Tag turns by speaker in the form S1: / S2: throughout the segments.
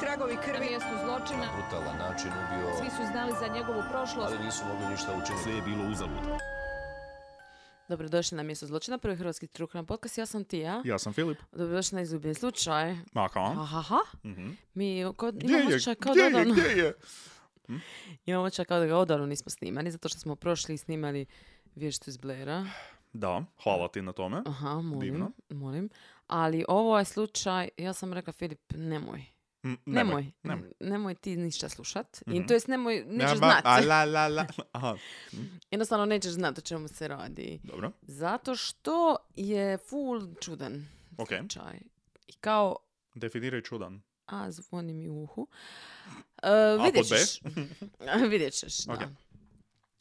S1: tragovi
S2: Na
S1: krvi.
S2: mjestu zločina
S3: brutalan način
S2: svi
S3: ubio,
S2: su znali za njegovu prošlost.
S3: ali nisu mogli ništa učiniti.
S4: Sve je bilo uzalud.
S5: Dobrodošli na mjesto zločina, prvi hrvatski true crime podcast. Ja sam ti, ja?
S4: Ja sam Filip.
S5: Dobrodošli na izgubljeni slučaj.
S4: Aha.
S5: Ahaha.
S4: Mhm.
S5: Mi kod,
S4: Gdje
S5: imamo
S4: je?
S5: osjećaj kao
S4: Gdje
S5: da
S4: je?
S5: odavno,
S4: Gdje je? Hm?
S5: imamo osjećaj kao da ga odavno nismo snimali, zato što smo prošli i snimali vještu iz Blera.
S4: Da, hvala ti na tome.
S5: Aha, molim,
S4: Divno.
S5: molim. Ali ovo je slučaj, ja sam rekla Filip, nemoj.
S4: Mm,
S5: Nemoj.
S4: nemoj.
S5: N- nemoj ti ništa slušat.
S4: Mhm.
S5: I to jest nemoj, nećeš
S4: Nema-
S5: znat.
S4: A la la la. Aha,
S5: Jednostavno nećeš znat o čemu se radi.
S4: dobro.
S5: Zato što je full čudan
S4: Ok.
S5: slučaj. I kao,
S4: Definiraj čudan.
S5: a zvoni mi u uhu. E,
S4: pod
S5: vidjet
S4: B?
S5: ćeš. vidjet ćeš, da.
S4: Ok.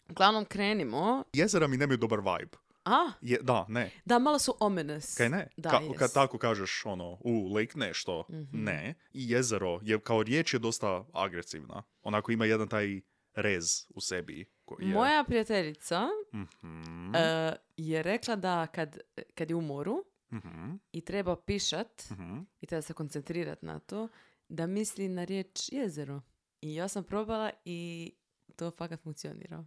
S5: Uglavnom krenimo.
S4: Jezera mi nemaju dobar vibe.
S5: A,
S4: Je, da, ne.
S5: da, malo su ominous.
S4: Kaj ne?
S5: Da, Mhm.
S4: Ka-
S5: jest.
S4: kad tako kažeš ono, u, lake nešto, ne. I jezero je, kao riječ je dosta agresivna. Onako ima jedan taj rez u sebi. Koji je,
S5: Moja prijateljica
S4: Mhm,
S5: e, je rekla da kad, kad je u moru
S4: mhm,
S5: i treba pišat
S4: mhm.
S5: i treba se koncentrirat na to, da misli na riječ jezero. I ja sam probala i to fakat funkcionira.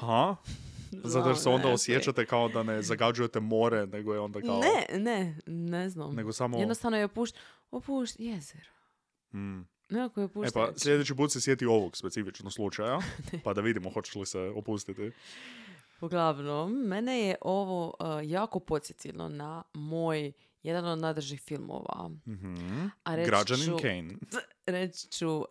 S4: Ha? Zato jer se
S5: Znam,
S4: onda
S5: ne,
S4: osjećate kao da ne zagađujete more, nego je onda kao...
S5: Ne, ne, ne znam.
S4: Nego samo...
S5: Jednostavno je opušt, opušt jezero.
S4: Mm.
S5: Nekako
S4: E
S5: je opušteno.
S4: pa, sljedeći put se sjeti ovog specifično slučaja, pa da vidimo hoćeš li se opustiti.
S5: Uglavnom, mene je ovo uh, jako podsjetilo na moj jedan od nadržih filmova.
S4: Mhm.
S5: A reći
S4: Građanin
S5: ću,
S4: Kane.
S5: reći ću uh,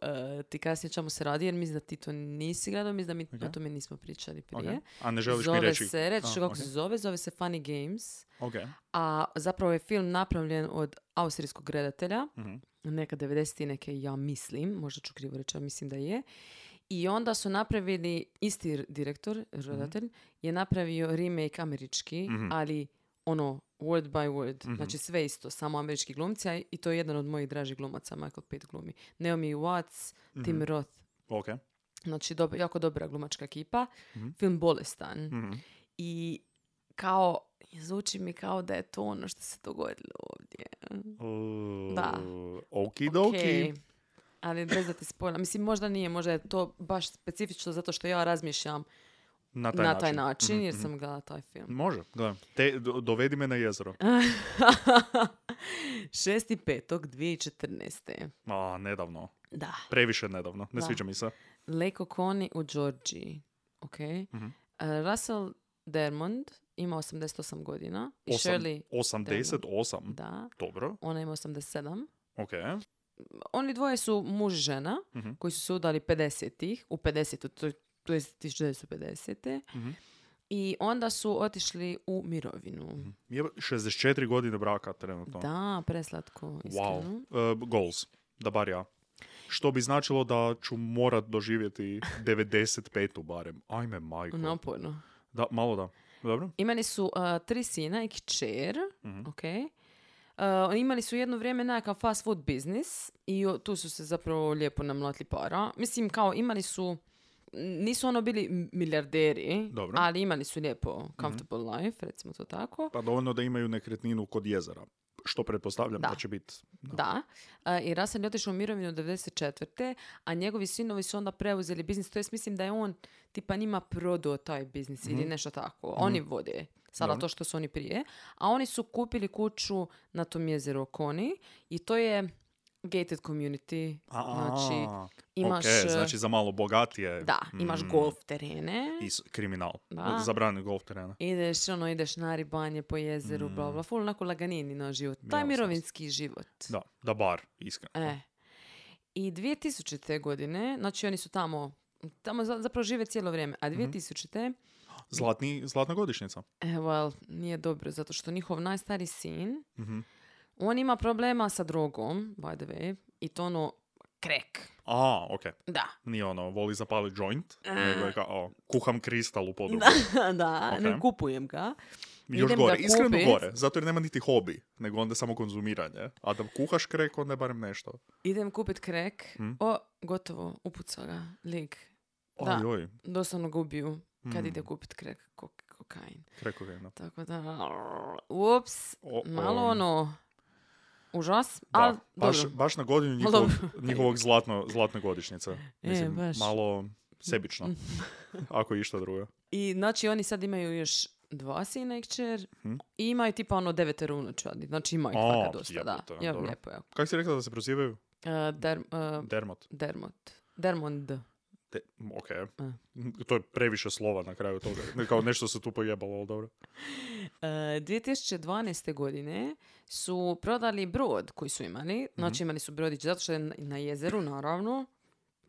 S5: ti kasnije o čemu se radi, jer mislim da ti to nisi gledao, mislim da mi
S4: Ok.
S5: o tome nismo pričali prije.
S4: Ok. A ne želiš
S5: zove
S4: mi reći?
S5: se, reći ću
S4: A,
S5: kako
S4: ok.
S5: se zove, zove se Funny Games.
S4: Ok.
S5: A zapravo je film napravljen od austrijskog redatelja,
S4: Mhm.
S5: neka 90 neke ja mislim, možda ću krivo reći, ali mislim da je. I onda su napravili, isti r- direktor, redatelj, je napravio remake američki,
S4: Mhm.
S5: ali ono, word by word,
S4: Mhm.
S5: znači sve isto, samo američki glumci, a i to je jedan od mojih dražih glumaca, Michael Pitt glumi. Naomi Watts,
S4: Mhm.
S5: Tim Roth,
S4: Ok.
S5: znači dob- jako dobra glumačka ekipa.
S4: Mhm.
S5: Film bolestan
S4: Mhm.
S5: i kao, zvuči mi kao da je to ono što se dogodilo ovdje.
S4: Uh,
S5: Da.
S4: Okidoki.
S5: Okej. Ali bez da ti spojila. Mislim, možda nije, možda je to baš specifično zato što ja razmišljam
S4: Na taj
S5: na
S4: način.
S5: taj način,
S4: Mhm,
S5: jer
S4: mhm.
S5: sam gledala taj film.
S4: Može, da. Te, do- dovedi me na jezero.
S5: 6.5.2014.
S4: A, nedavno.
S5: Da.
S4: Previše nedavno. Ne
S5: Da.
S4: sviđa mi se.
S5: Leko Koni u Georgiji. Ok.
S4: Mhm.
S5: E, Russell Dermond ima 88 godina. I
S4: Osam-
S5: Shirley,
S4: 88.
S5: da,
S4: Dobro,
S5: ona ima 87.
S4: ok.
S5: Oni dvoje su muž i žena
S4: Mhm.
S5: koji su se udali 50-ih, u 50 to, to je 1950
S4: Mhm.
S5: I onda su otišli u mirovinu.
S4: Jebe, 64 godine braka trenutno.
S5: Da, preslatko, iskreno.
S4: Wow. Uh, goals. Da bar ja. Što bi značilo da ću morat doživjeti 95-u barem. Ajme majko.
S5: Naporno.
S4: Da, malo da. Dobro?
S5: Imali su uh, tri sina i kćer,
S4: Mhm.
S5: ok. Uh, imali su jedno vrijeme nekakav fast food biznis i o- tu su se zapravo lijepo namlatili para. Mislim, kao imali su, nisu ono bili milijarderi,
S4: Dobro. Mhm.
S5: ali imali su lijepo comfortable life, recimo to tako.
S4: Pa dovoljno da imaju nekretninu kod jezera. Što pretpostavljam da,
S5: Da.
S4: će biti.
S5: Da. E, I Russell je otišao u mirovinu 94. A njegovi sinovi su onda preuzeli biznis. To jest mislim da je on tipa njima prodao taj biznis ili
S4: Mhm.
S5: nešto tako. Oni vode sada
S4: Dobro.
S5: to što su oni prije. A oni su kupili kuću na tom jezeru Koni i to je gated community. Znači, imaš...
S4: Ok,
S5: e,
S4: znači za malo bogatije.
S5: Da, imaš
S4: Mm,
S5: golf terene.
S4: I s- kriminal.
S5: Da.
S4: Zabrani golf terena.
S5: Ideš, ono, ideš na ribanje po jezeru, bla, bla, ful, onako laganini na život. Taj
S4: Mhm. Jasno.
S5: mirovinski život.
S4: Da, da bar, iskreno.
S5: E. I 2000. godine, znači oni su tamo, tamo za- zapravo žive cijelo vrijeme, a 2000.
S4: Zlatni, zlatna godišnjica.
S5: e, well, nije dobro, zato što njihov najstari sin,
S4: Mhm.
S5: on ima problema sa drogom, by the way, i to ono, krek.
S4: A, ok.
S5: Da,
S4: Nije ono, voli zapali joint,
S5: E.
S4: nego je kao, o, kuham kristal u podrumu.
S5: da, ne
S4: Ok.
S5: kupujem ga.
S4: Još
S5: Idem
S4: gore,
S5: ga
S4: iskreno
S5: kupit.
S4: gore, zato jer nema niti hobi, nego onda samo konzumiranje. A da kuhaš krek, onda je barem nešto.
S5: Idem kupit krek,
S4: Mhm.
S5: o, gotovo, upucao ga, lik. Da,
S4: Oj, oj,
S5: doslovno ga ubiju kad
S4: Mm.
S5: ide kupit krek, kok- kokain.
S4: kreko je jedna.
S5: Tako da, ups,
S4: O,
S5: malo
S4: o.
S5: ono, Užas,
S4: Da,
S5: ali
S4: baš,
S5: dobro.
S4: baš na godinu njihovog, njihovog zlatno, zlatne godišnjice. Mislim,
S5: E, baš. Mm.
S4: malo sebično. ako išta drugo.
S5: I znači oni sad imaju još dva sina i kćer
S4: Mhm.
S5: i imaju tipa ono devetero unučadi. Znači imaju ih
S4: A,
S5: fakat dosta, da.
S4: jebote, ono,
S5: Ja,
S4: dobro.
S5: lijepo je.
S4: Kako si rekla da se prozivaju?
S5: E, der, e,
S4: Dermot.
S5: dermot. Dermond.
S4: Te, ok. To je previše slova na kraju toga. Kao nešto se tu pojebalo, ali dobro.
S5: E, 2012. godine su prodali brod koji su imali.
S4: Mhm.
S5: Znači imali su brodić zato što je na- na jezeru, naravno.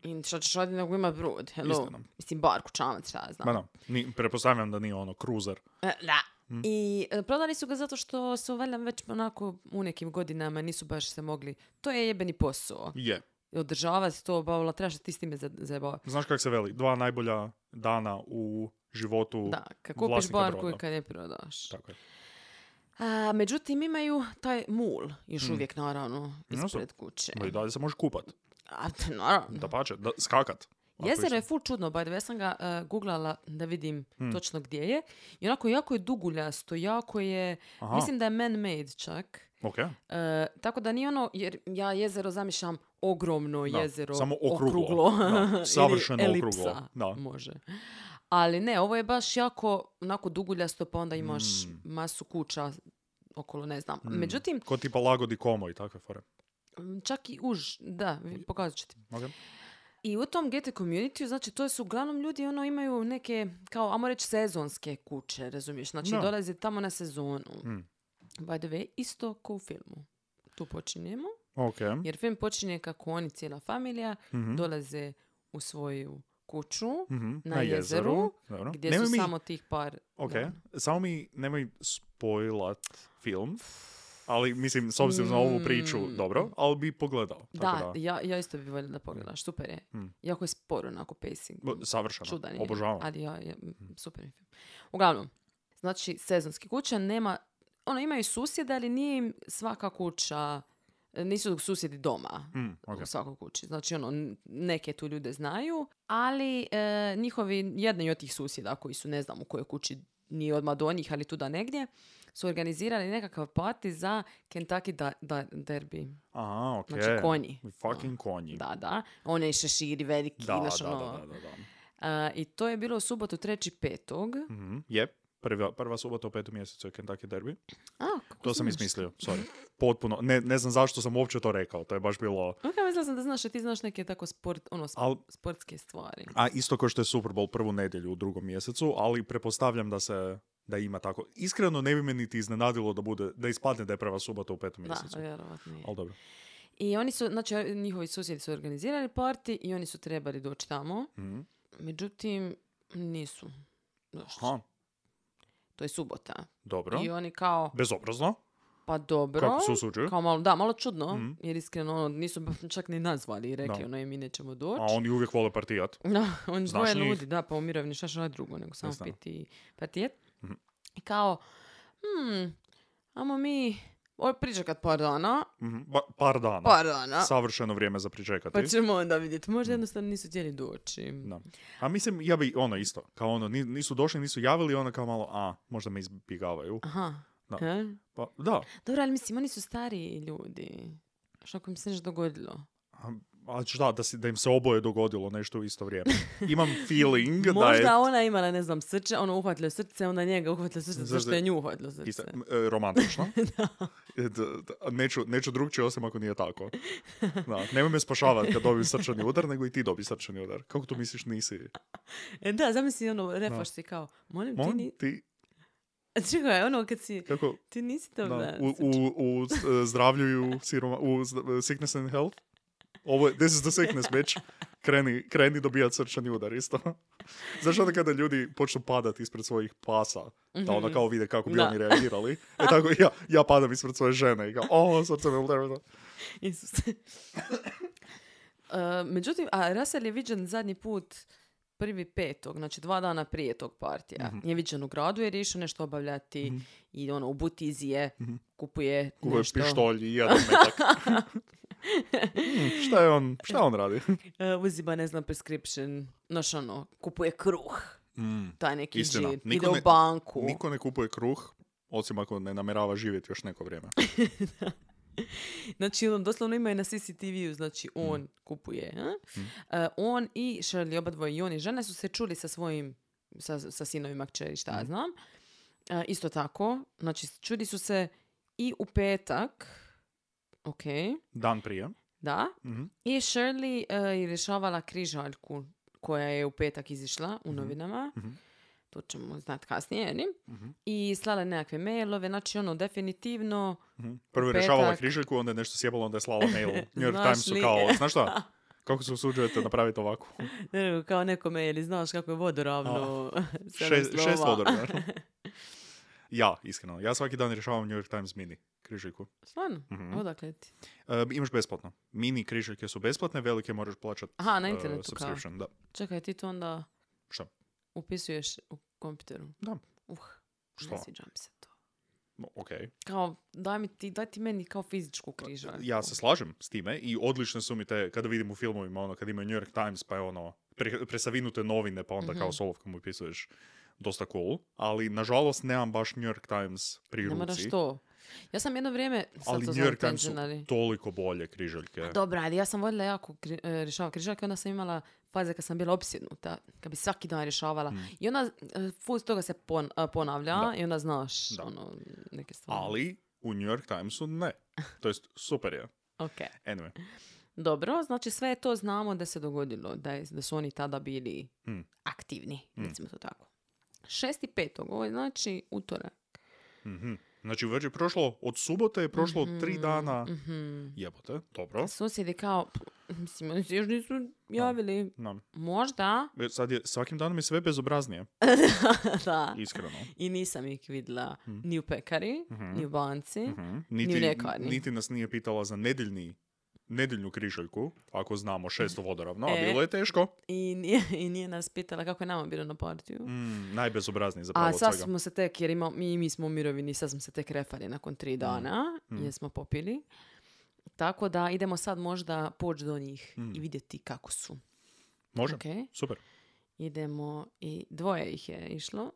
S5: I šta ćeš raditi nego ima brod? Hello.
S4: Istina.
S5: Mislim, barku, čamac, šta ja znam.
S4: Ma da, ni, prepostavljam da Mhm. nije ono cruiser.
S5: E, Da. I e, prodali su ga zato što su valjda već onako u nekim godinama nisu baš se mogli. To je jebeni posao.
S4: Je.
S5: Održavati to, bavila, trebaš da ti s time za- zajebavaš.
S4: Znaš kako se veli? Dva najbolja dana u životu
S5: Da, kad kupiš
S4: vlasnika
S5: barku i
S4: broda.
S5: kad je prodaš.
S4: Tako je.
S5: A, međutim, imaju taj mul
S4: Mm.
S5: još uvijek, naravno,
S4: Jasno.
S5: ispred kuće.
S4: Ma i dalje se može kupat.
S5: A, t- naravno.
S4: Da pače, da, skakat. Ako
S5: Jezero je
S4: isto.
S5: ful čudno, by the way, ja sam ga e, googlala da vidim
S4: Mm.
S5: točno gdje je. I onako jako je duguljasto, jako je,
S4: Aha.
S5: mislim da je man-made čak.
S4: Ok.
S5: E, tako da nije ono, jer ja jezero zamišljam ogromno
S4: Da,
S5: jezero.
S4: samo okruglo, da,
S5: ili
S4: savršeno okruglo,
S5: elipsa,
S4: da.
S5: Može. Ali ne, ovo je baš jako onako duguljasto, pa onda imaš
S4: Mm.
S5: masu kuća okolo, ne znam. Međutim,
S4: Ko tipa lagodi komo i takve fore.
S5: m, čak i už, da, vi- pokazat ću ti.
S4: Ok.
S5: I u tom gated community, znači to su uglavnom ljudi ono imaju neke, kao, amo reći, sezonske kuće, razumiješ? Znači
S4: Da.
S5: dolaze tamo na sezonu.
S4: Mm.
S5: By the way, isto kao u filmu. Tu počinjemo.
S4: Ok.
S5: Jer film počinje kako oni, cijela familija,
S4: Mhm.
S5: dolaze u svoju kuću
S4: Mhm,
S5: na, jezeru,
S4: Dobro.
S5: gdje
S4: Nemoj
S5: su
S4: mi,
S5: samo tih par...
S4: Ok,
S5: dana.
S4: samo mi nemoj spojlat film, ali mislim, s obzirom na ovu priču, dobro, ali bi pogledao. Tako
S5: Mm. Da,
S4: da. Mm.
S5: Ja, ja isto bi voljela da pogledaš, super je. Jako je sporo onako pacing.
S4: B- Savršeno.
S5: Čudan je,
S4: Obožavam. Mm.
S5: Ali ja, ja, m, super je film. Uglavnom, znači sezonski kuća nema, ono imaju susjede, ali nije im svaka kuća, e, nisu susjedi doma.
S4: Mm, ok.
S5: u svakoj kući. Znači, ono, n- neke tu ljude znaju, ali e, njihovi, jedni od tih susjeda koji su, ne znam u kojoj kući, nije odmah do njih, ali tu da negdje, su organizirali nekakav party za Kentucky da, da, derby.
S4: A, ok.
S5: Znači, konji.
S4: Fucking konji.
S5: Da, da. One šeširi veliki,
S4: da,
S5: znaš,
S4: da,
S5: ono.
S4: da, da, da, da.
S5: A, I to je bilo u subotu 3.5.
S4: Mhm, Jep. Prva, prva subota u petom mjesecu je Kentucky Derby.
S5: A, kako
S4: To sam
S5: znaš?
S4: izmislio, sorry. Potpuno. Ne, ne znam zašto sam uopće to rekao. To je baš bilo...
S5: Ok, mislila sam da znaš, jer ti znaš neke tako sport, ono, sp-
S4: Al,
S5: sportske stvari.
S4: a isto kao što je Super Bowl prvu nedjelju u drugom mjesecu, ali prepostavljam da se da ima tako. Iskreno ne bi me niti iznenadilo da bude, da ispadne da je prva subota u petom
S5: Da,
S4: mjesecu.
S5: vjerovatno je.
S4: Ali dobro.
S5: I oni su, znači njihovi susjedi su organizirali parti i oni su trebali doći tamo.
S4: Mhm.
S5: Međutim, nisu. došli.
S4: Aha,
S5: To je subota.
S4: dobro.
S5: I oni kao,
S4: Bezobrazno.
S5: pa dobro.
S4: Kako se usuđuju?
S5: Kao malo, da, malo čudno, jer iskreno ono, nisu ba- čak ni nazvali i rekli,
S4: Da.
S5: ono je mi nećemo doći.
S4: A oni uvijek vole partijat.
S5: Da, on
S4: Znaš
S5: dvoje
S4: njih?
S5: ljudi, da, pa umirovni, šta će raditi drugo nego samo
S4: Jednostavno.
S5: piti partijet.
S4: Mhm.
S5: I kao, hmm, amo mi, ovo pričekat par dana,
S4: Mhm, ba- par dana.
S5: par dana,
S4: Savršeno vrijeme za pričekati.
S5: pa ćemo onda vidjeti. Možda jednostavno nisu htjeli doći.
S4: Da. A mislim, ja bi ono isto, kao ono, ni- nisu došli, nisu javili, ono kao malo, a, možda me izbjegavaju.
S5: Aha. e?
S4: Da.
S5: he?
S4: Pa, da,
S5: Dobro, ali mislim, oni su stariji ljudi. Što ako im se nešto dogodilo?
S4: A, a šta, da, si, da im se oboje dogodilo nešto u isto vrijeme. Imam feeling da je...
S5: Možda ona imala, ne znam, srce, ono uhvatilo srce, onda njega uhvatilo srce, zato što je nju uhvatilo srce.
S4: Ista- m, e, romantično. E, d- d- neću, neću drugčije osim ako nije tako. Da, nemoj me spašavati kad dobim srčani udar, nego i ti dobi srčani udar. Kako to misliš nisi?
S5: E da, zamisli ono, refaš si kao, molim ti,
S4: Molim
S5: ni...
S4: ti,
S5: A čekaj, ono kad si,
S4: kako,
S5: ti nisi
S4: da,
S5: dobra.
S4: u, u, u s- e, zdravlju i u, siroma, u z- e, sickness and health. Ovo je, this is the sickness, bitch. Kreni, kreni dobijat srčani udar isto. Znaš onda kada ljudi počnu padat ispred svojih pasa, Mhm. da onda kao vide kako bi
S5: Da.
S4: oni reagirali. E tako ja, ja padam ispred svoje žene i kao, o, srce me udara.
S5: Isus. E, međutim, a Russell je viđen zadnji put prvi petog, znači dva dana prije tog partija.
S4: Mhm.
S5: Je viđen u gradu jer je išao nešto obavljati i ono, u butizi je, kupuje,
S4: Mhm. Kupuje
S5: nešto.
S4: pištolj i jedan metak. Hmm, šta je on, šta on radi?
S5: E, uzima, ne znam, prescription, znaš ono, kupuje kruh,
S4: Mm.
S5: taj neki
S4: Istina.
S5: žir,
S4: Niko
S5: ide
S4: ne-
S5: u banku.
S4: Niko ne kupuje kruh, osim ako ne namjerava živjeti još neko vrijeme.
S5: Znači, on doslovno imaju na CCTV-u, znači on
S4: Mm.
S5: kupuje. eh? E, on i Shirley, oba dvoje, i on i žena su se čuli sa svojim, sa, sa sinovima kćeri, šta
S4: Mm.
S5: ja znam. E, isto tako, znači čuli su se i u petak, ok,
S4: Dan prije.
S5: da,
S4: Mhm.
S5: i Shirley e, je rješavala križaljku koja je u petak izišla u novinama.
S4: mhm.
S5: To ćemo znati kasnije, je li?
S4: Mhm.
S5: I slala je nekakve mailove, znači ono, definitivno...
S4: Mhm. Prvo je
S5: Petak.
S4: rješavala križaljku, onda je nešto sjebalo, onda je slala mail. New York
S5: Znaš
S4: Times su
S5: li?
S4: kao, znaš šta? Kako se usuđujete napraviti ovako?
S5: Ne, nego kao nekome, je li znaš kako je vodoravno? sedam
S4: Šest,
S5: slova.
S4: šest odora. ja, iskreno. Ja svaki dan rješavam New York Times mini križaljku.
S5: Stvarno?
S4: Mhm.
S5: Odakle ti?
S4: E, imaš besplatno. Mini križaljke su besplatne, velike moraš plaćati
S5: Aha, na
S4: e,
S5: internetu kao.
S4: subscription. Da.
S5: Čekaj, ti to onda
S4: Šta?
S5: upisuješ u kompjuteru?
S4: Da.
S5: Uh,
S4: Što?
S5: ne sviđa mi se to.
S4: No, ok.
S5: Kao, daj, mi ti, daj ti meni kao fizičku križaljku.
S4: Pa, Ja se slažem s time i odlične su mi te, kada vidim u filmovima, ono, kada imaju New York Times, pa je ono, pre- presavinute novine, pa onda
S5: Mhm.
S4: kao s olovkom upisuješ dosta cool, ali nažalost nemam baš New York Times pri
S5: Ne
S4: ruci.
S5: moraš to. Ja sam jedno vrijeme... sad
S4: ali
S5: to
S4: New
S5: zovem
S4: York Times su
S5: tangent, ali-
S4: toliko bolje križaljke.
S5: Dobra, ali ja sam voljela jako kri, e, rješavati križaljke, onda sam imala faze kad sam bila opsjednuta, kad bi svaki dan rješavala. I onda e, ful toga se pon- e, ponavlja
S4: Mm. Da.
S5: i onda znaš
S4: Da.
S5: ono, neke stvari.
S4: Ali u New York Timesu ne. To jest, super je.
S5: Ok,
S4: Anyway,
S5: dobro, znači sve to znamo da se dogodilo, da, je, da su oni tada bili
S4: Mm.
S5: aktivni, recimo to tako. 6.5. ovo je znači utorak.
S4: mhm. znači već je prošlo, od subote je prošlo tri dana.
S5: Mhm.
S4: Jebote, dobro.
S5: Susjedi kao, mislim, oni se još nisu javili.
S4: Nam.
S5: Možda,
S4: E, Sad je, svakim danom je sve bezobraznije,
S5: da.
S4: iskreno.
S5: I nisam ih vidjela ni u pekari, ni u banci.
S4: Mhm. Niti,
S5: ljekarni.
S4: niti nas nije pitala za nedeljni, nedeljnu križaljku, ako znamo šesto vodoravno, a
S5: E.
S4: bilo je teško.
S5: I nije, I nije nas pitala kako je nama bilo na partiju.
S4: Mm, najbezobrazniji zapravo
S5: A
S4: od
S5: sad
S4: svega.
S5: smo se tek, jer ima, mi, mi smo u mirovini, sad smo se tek refali nakon tri
S4: Mhm.
S5: dana, jer smo popili. Tako da idemo sad možda poći do njih i vidjeti kako su.
S4: Mhm. Može?
S5: Ok,
S4: Super.
S5: idemo i dvoje ih je išlo.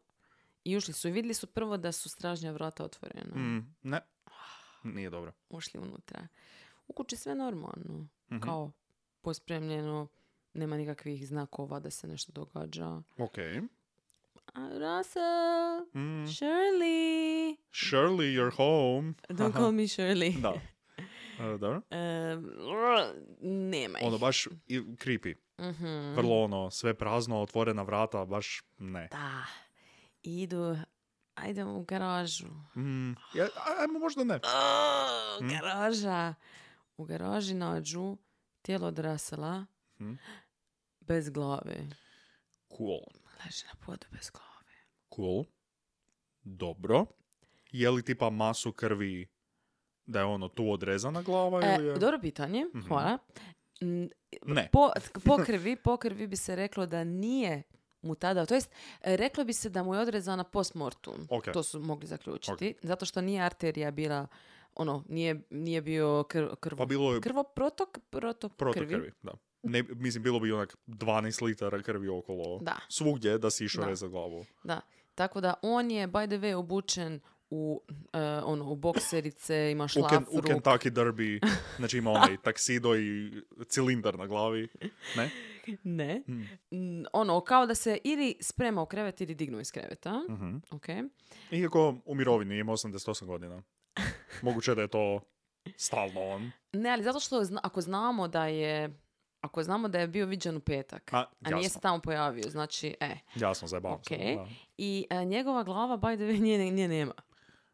S5: I ušli su i vidjeli su prvo da su stražnja vrata otvorena.
S4: Mm, ne, nije dobro.
S5: Ušli unutra. U kući sve normalno.
S4: Mhm.
S5: Kao pospremljeno, nema nikakvih znakova da se nešto događa.
S4: Ok.
S5: A Russell,
S4: Mm,
S5: Shirley.
S4: Shirley, you're home.
S5: Don't call me Shirley.
S4: Da. E, dobro.
S5: Em, nema ih.
S4: Ono baš i, creepy.
S5: Mhm.
S4: Vrlo ono, sve prazno, otvorena vrata, baš ne.
S5: Da. Idu, ajde u garažu.
S4: Mm, ja, a- ajmo možda ne.
S5: Ah,
S4: Mm.
S5: Garaža. U garaži nađu tijelo odrasela
S4: Mhm.
S5: bez glave.
S4: Cool.
S5: Leži na podu bez glave.
S4: Cool. Dobro. Je li tipa masu krvi da je ono tu odrezana glava ili je...
S5: E, dobro pitanje, hvala. Mm,
S4: Mhm. Ne.
S5: Po, po krvi, po krvi bi se reklo da nije mu tada, to jest e, reklo bi se da mu je odrezana post mortum.
S4: Ok.
S5: To su mogli zaključiti. Zato što nije arterija bila, ono, nije, nije bio krv, krv,
S4: Pa bilo je
S5: krvoprotok, protok
S4: protok
S5: krvi.
S4: krvi. da. Ne, mislim, bilo bi onak 12 litara krvi okolo.
S5: Da.
S4: Svugdje da si išao
S5: Da.
S4: rezat glavu.
S5: Da. Tako da on je, by the way, obučen u, e, ono, u bokserice, ima
S4: U, Ken, u
S5: šlafru.
S4: Kentucky derby, znači ima onaj taksido i cilindar na glavi. Ne?
S5: Ne. Mm, Ono, kao da se ili sprema u krevet ili dignu iz kreveta.
S4: Mhm.
S5: Okay.
S4: Iako u mirovini ima 88 godina. Moguće da je to stalno on.
S5: Ne, ali zato što zna- ako znamo da je ako znamo da je bio viđen u petak,
S4: A,
S5: a, nije se
S4: jasno.
S5: tamo pojavio, znači, e,
S4: Jasno, zajebavam
S5: ok.
S4: se, da.
S5: I e, njegova glava, by the way, nje, nje nema.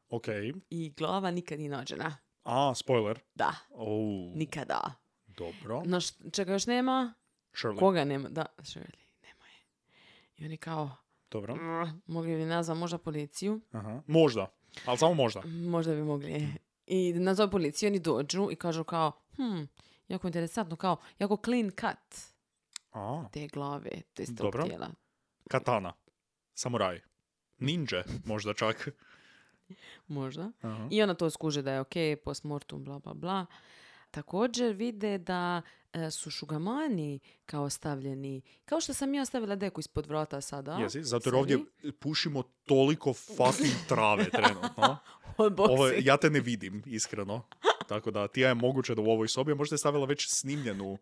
S4: Ok.
S5: I glava nikad nije nađena.
S4: A, spoiler.
S5: Da,
S4: Oh,
S5: nikada.
S4: dobro.
S5: No, š- čega još nema?
S4: Shirley,
S5: Koga nema? Da, Shirley, nema je. I oni kao,
S4: dobro.
S5: "Mm, mogli bi nazvati možda policiju?
S4: Aha. Možda, ali samo možda.
S5: Možda bi mogli. I nazove policiju, oni dođu i kažu kao, hm, jako interesantno, kao, jako clean cut
S4: A,
S5: te glave, te tog
S4: Dobro.
S5: tijela.
S4: katana, samuraj, ninja možda čak.
S5: Možda.
S4: Aha.
S5: I ona to skuže da je ok, postmortum, bla, bla, bla. Također vide da e, su šugamani kao ostavljeni, kao što sam ja stavila deku ispod vrata sada.
S4: Jesi, zato jer
S5: sebi,
S4: ovdje pušimo toliko fucking trave trenutno.
S5: Od boksi.
S4: Ovo, je- ja te ne vidim, iskreno. Tako da Tija je moguće da u ovoj sobi, a možda je stavila već snimljenu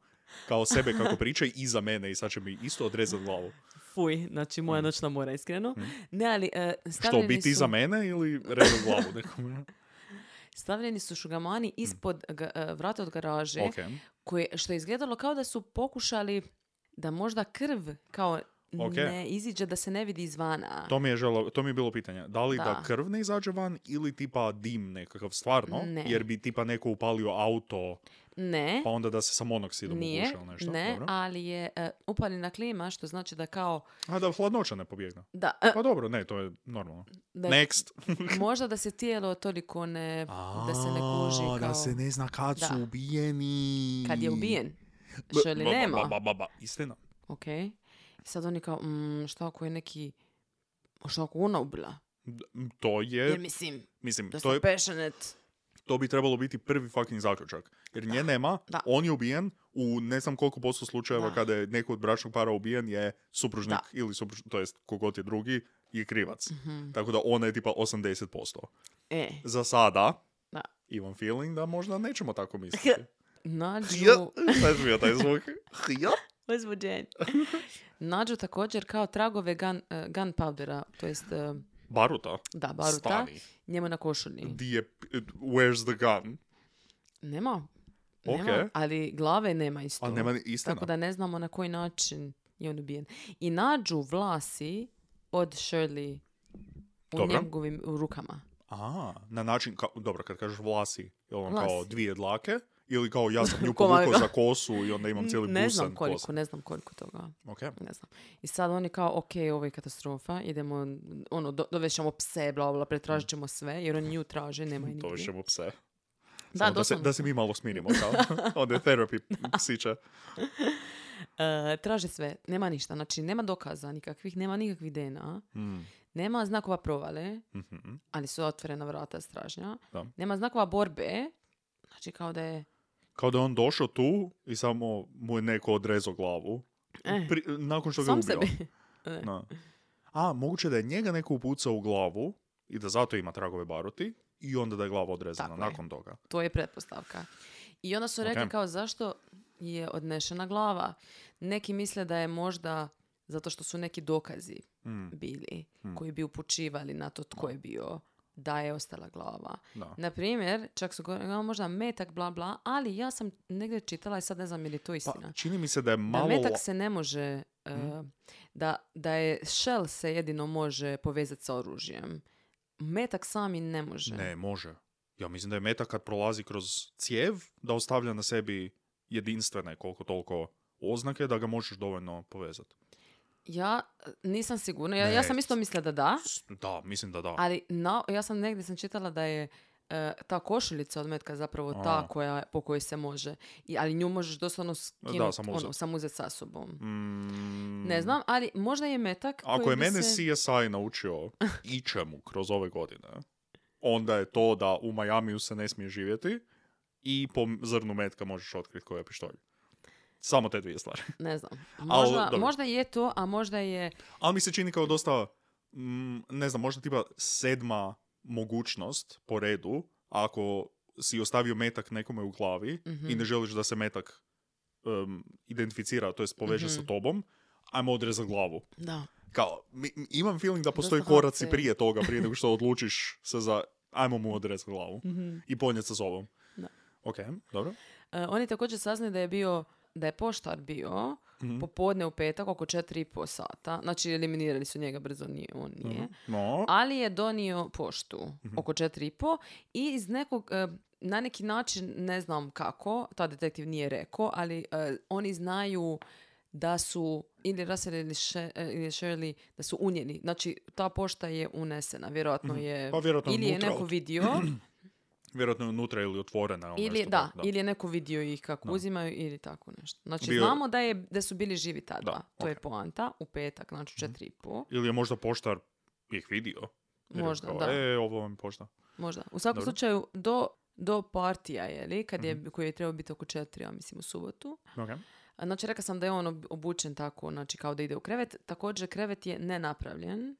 S4: kao sebe kako priča iza mene i sad će mi isto odrezati glavu.
S5: Fuj, znači moja noćna mora, iskreno. Ne, ali e,
S4: Mm. Što,
S5: stavljeni,
S4: biti
S5: su,
S4: iza mene ili rezat glavu nekom?
S5: stavljeni su šugamani ispod ga- e, vrata od garaže,
S4: Mm. Ok.
S5: koje, što je izgledalo kao da su pokušali da možda krv kao
S4: Ok.
S5: ne iziđe, da se ne vidi izvana.
S4: To mi, je želo, to mi je bilo pitanje. Da li da.
S5: Da.
S4: krv ne izađe van ili tipa dim nekakav stvarno?
S5: Ne.
S4: Jer bi tipa neko upalio auto
S5: Ne.
S4: pa onda da se sa monoksidom
S5: Nije,
S4: ugušao nešto.
S5: ne,
S4: Dobro. A...
S5: ali je e, upaljena klima, što znači da kao,
S4: da hladnoća ne pobjegne.
S5: da, e,
S4: Pa dobro, ne, to je normalno.
S5: da
S4: Next.
S5: možda da se tijelo toliko ne, da se ne kuži kao,
S4: Da se ne zna kad
S5: Da.
S4: su ubijeni.
S5: kad je ubijen,
S4: B-
S5: što li
S4: ba- ba-
S5: nema,
S4: ba- ba- ba- Istina.
S5: ok, i sad oni kao, mm, šta ako je neki, šta ako ona ubila,
S4: D- m, To je,
S5: jer mislim,
S4: mislim,
S5: da
S4: E, to, je,
S5: ste passionate,
S4: to bi trebalo biti prvi fucking zaključak. Jer nje nema,
S5: Da.
S4: on je ubijen u ne znam koliko posto slučajeva
S5: Da.
S4: kada je neko od bračnog para ubijen je supružnik
S5: Da.
S4: ili supružnik, to jest kogod je drugi, je krivac.
S5: Mhm.
S4: Tako da ona je tipa 80%.
S5: e,
S4: Za sada,
S5: Da.
S4: imam feeling da možda nećemo tako misliti.
S5: nađu,
S4: Znaš bio taj zvuk? Ja?
S5: Uzbuđen. nađu također kao tragove gun, e, gunpowdera, to jest, e,
S4: Baruta.
S5: da, baruta,
S4: Stani.
S5: njemu na košulji.
S4: Di je, where's the gun?
S5: Nema.
S4: Ok.
S5: Nema, ali glave nema isto.
S4: A nema ni istina.
S5: Tako da ne znamo na koji način je on ubijen. I nađu vlasi od Shirley u
S4: Dobro.
S5: njegovim rukama.
S4: A, na način, kao, dobro, kad kažeš vlasi, je li on
S5: Vlasi.
S4: kao dvije dlake? Ili kao ja sam nju
S5: Komaj
S4: povukao
S5: ga.
S4: za kosu i onda imam cijeli
S5: ne
S4: busan
S5: znam koliko,
S4: kosa.
S5: ne znam koliko toga.
S4: Ok.
S5: Ne znam. I sad oni kao, ok, ovo je katastrofa, idemo, ono, do, dovest ćemo pse, bla, bla, pretražit ćemo sve, jer on nju traže, nema je nigdje.
S4: To ćemo pse.
S5: Da,
S4: Samo da, se,
S5: doslovno.
S4: da se mi malo smirimo, kao. Onda je therapy psića.
S5: E, traže sve, nema ništa, znači nema dokaza nikakvih, nema nikakvih DNA,
S4: Mm,
S5: nema znakova provale,
S4: mhm.
S5: ali su otvorena vrata stražnja.
S4: Da.
S5: Nema znakova borbe, znači kao da je...
S4: Kao da je on došao tu i samo mu je neko odrezao glavu.
S5: Eh,
S4: Pri- nakon što ga je
S5: sam
S4: ubio.
S5: sebi. Eh.
S4: Da. A, moguće da je njega neko upucao u glavu i da zato ima tragove baruti i onda da je glava odrezana
S5: Tako je.
S4: nakon toga.
S5: To je pretpostavka. I onda su rekli
S4: Ok.
S5: kao zašto je odnešena glava. Neki misle da je možda zato što su neki dokazi
S4: Mm,
S5: bili
S4: Hmm.
S5: koji bi upućivali na to tko je bio da je ostala glava.
S4: da. Pa,
S5: Na primjer, čak su govorili, "A, možda metak, bla, bla, ali ja sam negdje čitala i sad ne znam je li to
S4: Pa,
S5: istina.
S4: čini mi se da je malo... Mhm.
S5: Da metak
S4: la-
S5: se ne može, e, da, da je shell se jedino može povezati sa oružjem. Metak sami ne može.
S4: Ne, može. Ja mislim da je meta kad prolazi kroz cijev, da ostavlja na sebi jedinstvene koliko toliko oznake da ga možeš dovoljno povezati.
S5: Ja e, nisam sigurna, ja, ja
S4: Ne.
S5: sam isto mislila da da,
S4: S- Da, mislim da da.
S5: ali na, ja sam negdje sam čitala da je e, ta košuljica od metka zapravo ta
S4: A.
S5: koja, po kojoj se može. I, ali nju možeš doslovno
S4: Da,
S5: skinuti,
S4: samo
S5: ono,
S4: uzet.
S5: samo uzet sa sobom.
S4: Mm,
S5: Ne znam, ali možda je metak
S4: Ako
S5: koji
S4: je
S5: bi
S4: mene
S5: se...
S4: CSI naučio ičemu kroz ove godine, onda je to da u Majamiju se ne smije živjeti i po zrnu metka možeš otkriti koji je pištolj. Samo te dvije stvari.
S5: Ne znam.
S4: Al,
S5: Možda,
S4: dobro.
S5: možda je to, a možda je...
S4: Ali mi se čini kao dosta, mm, ne znam, možda tipa sedma mogućnost po redu, ako si ostavio metak nekome u glavi
S5: Mhm.
S4: i ne želiš da se metak em, identificira, to jest poveže sa
S5: Mhm.
S4: tobom, ajmo odreza glavu.
S5: Da.
S4: Kao, mi- mi- imam feeling da postoji
S5: Dosta
S4: koraci
S5: hapse.
S4: prije toga, prije nego što odlučiš se za ajmo mu odrezati glavu i ponijeti sa sobom.
S5: Da.
S4: Ok, dobro.
S5: E, oni također saznaju da je bio da je poštar bio
S4: Mhm.
S5: popodne u petak oko 4,5 sata. Znači eliminirali su njega brzo, nije, on nije.
S4: Mhm. No,
S5: Ali je donio poštu
S4: Mhm.
S5: oko 4,5 i iz nekog e, na neki način, ne znam kako, ta detektiv nije rekao, ali e, oni znaju da su ili Russell ili, She- e, ili Shirley da su unijeli. Znači, ta pošta je unesena. Vjerojatno je...
S4: Pa vjerojatno
S5: ili je
S4: unutra
S5: neko
S4: od-
S5: vidio
S4: vjerojatno je unutra ili otvorena. ili
S5: ili,
S4: Ono nešto
S5: da,
S4: tako,
S5: ili je neko vidio ih kako uzimaju ili tako nešto. Znači,
S4: Bio je-
S5: znamo da, je, da su bili živi tada.
S4: Da,
S5: to je
S4: ok. Mhm.
S5: poanta. U petak, znači u četiri i po.
S4: Ili je možda poštar ih vidio. Jer je
S5: Možda,
S4: kao,
S5: da.
S4: E, ovo vam je pošta.
S5: Možda. U svakom
S4: Dobro. Mhm.
S5: slučaju, do, do partija, je li, kad je, koji je trebao biti oko četiri, ja mislim, u subotu.
S4: Ok.
S5: A, Znači, rekla sam da je on ob- obučen tako, znači, kao da ide u krevet. Također, krevet je nenapravljen.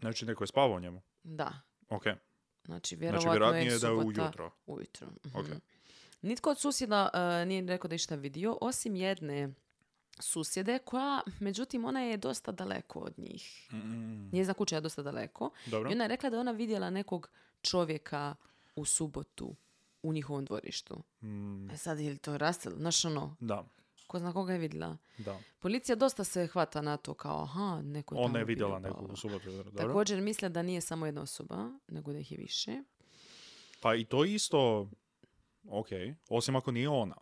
S4: Znači, neko je spavao u njemu.
S5: Da.
S4: Ok.
S5: Znači,
S4: Znači,
S5: vjerovatno
S4: vjerojatnije
S5: je
S4: da je
S5: subota
S4: ujutro.
S5: ujutro. Mhm.
S4: Ok.
S5: Nitko od susjeda e, nije rekao da je išta vidio, osim jedne susjede koja, međutim, ona je dosta daleko od njih.
S4: Mm,
S5: Njezina kuća je dosta daleko.
S4: Dobro.
S5: I ona je rekla da je ona vidjela nekog čovjeka u subotu u njihovom dvorištu.
S4: Mm,
S5: E sad, je li to rastel? Znaš ono,
S4: da,
S5: ko zna koga je vidjela.
S4: da.
S5: Policija dosta se hvata na to kao, aha, neko je tamo
S4: Ona je vidjela
S5: bio,
S4: nekog
S5: pa-
S4: u subotu. dobro.
S5: Također misle da nije samo jedna osoba, nego da ih je više.
S4: Pa i to isto, ok, osim ako nije ona.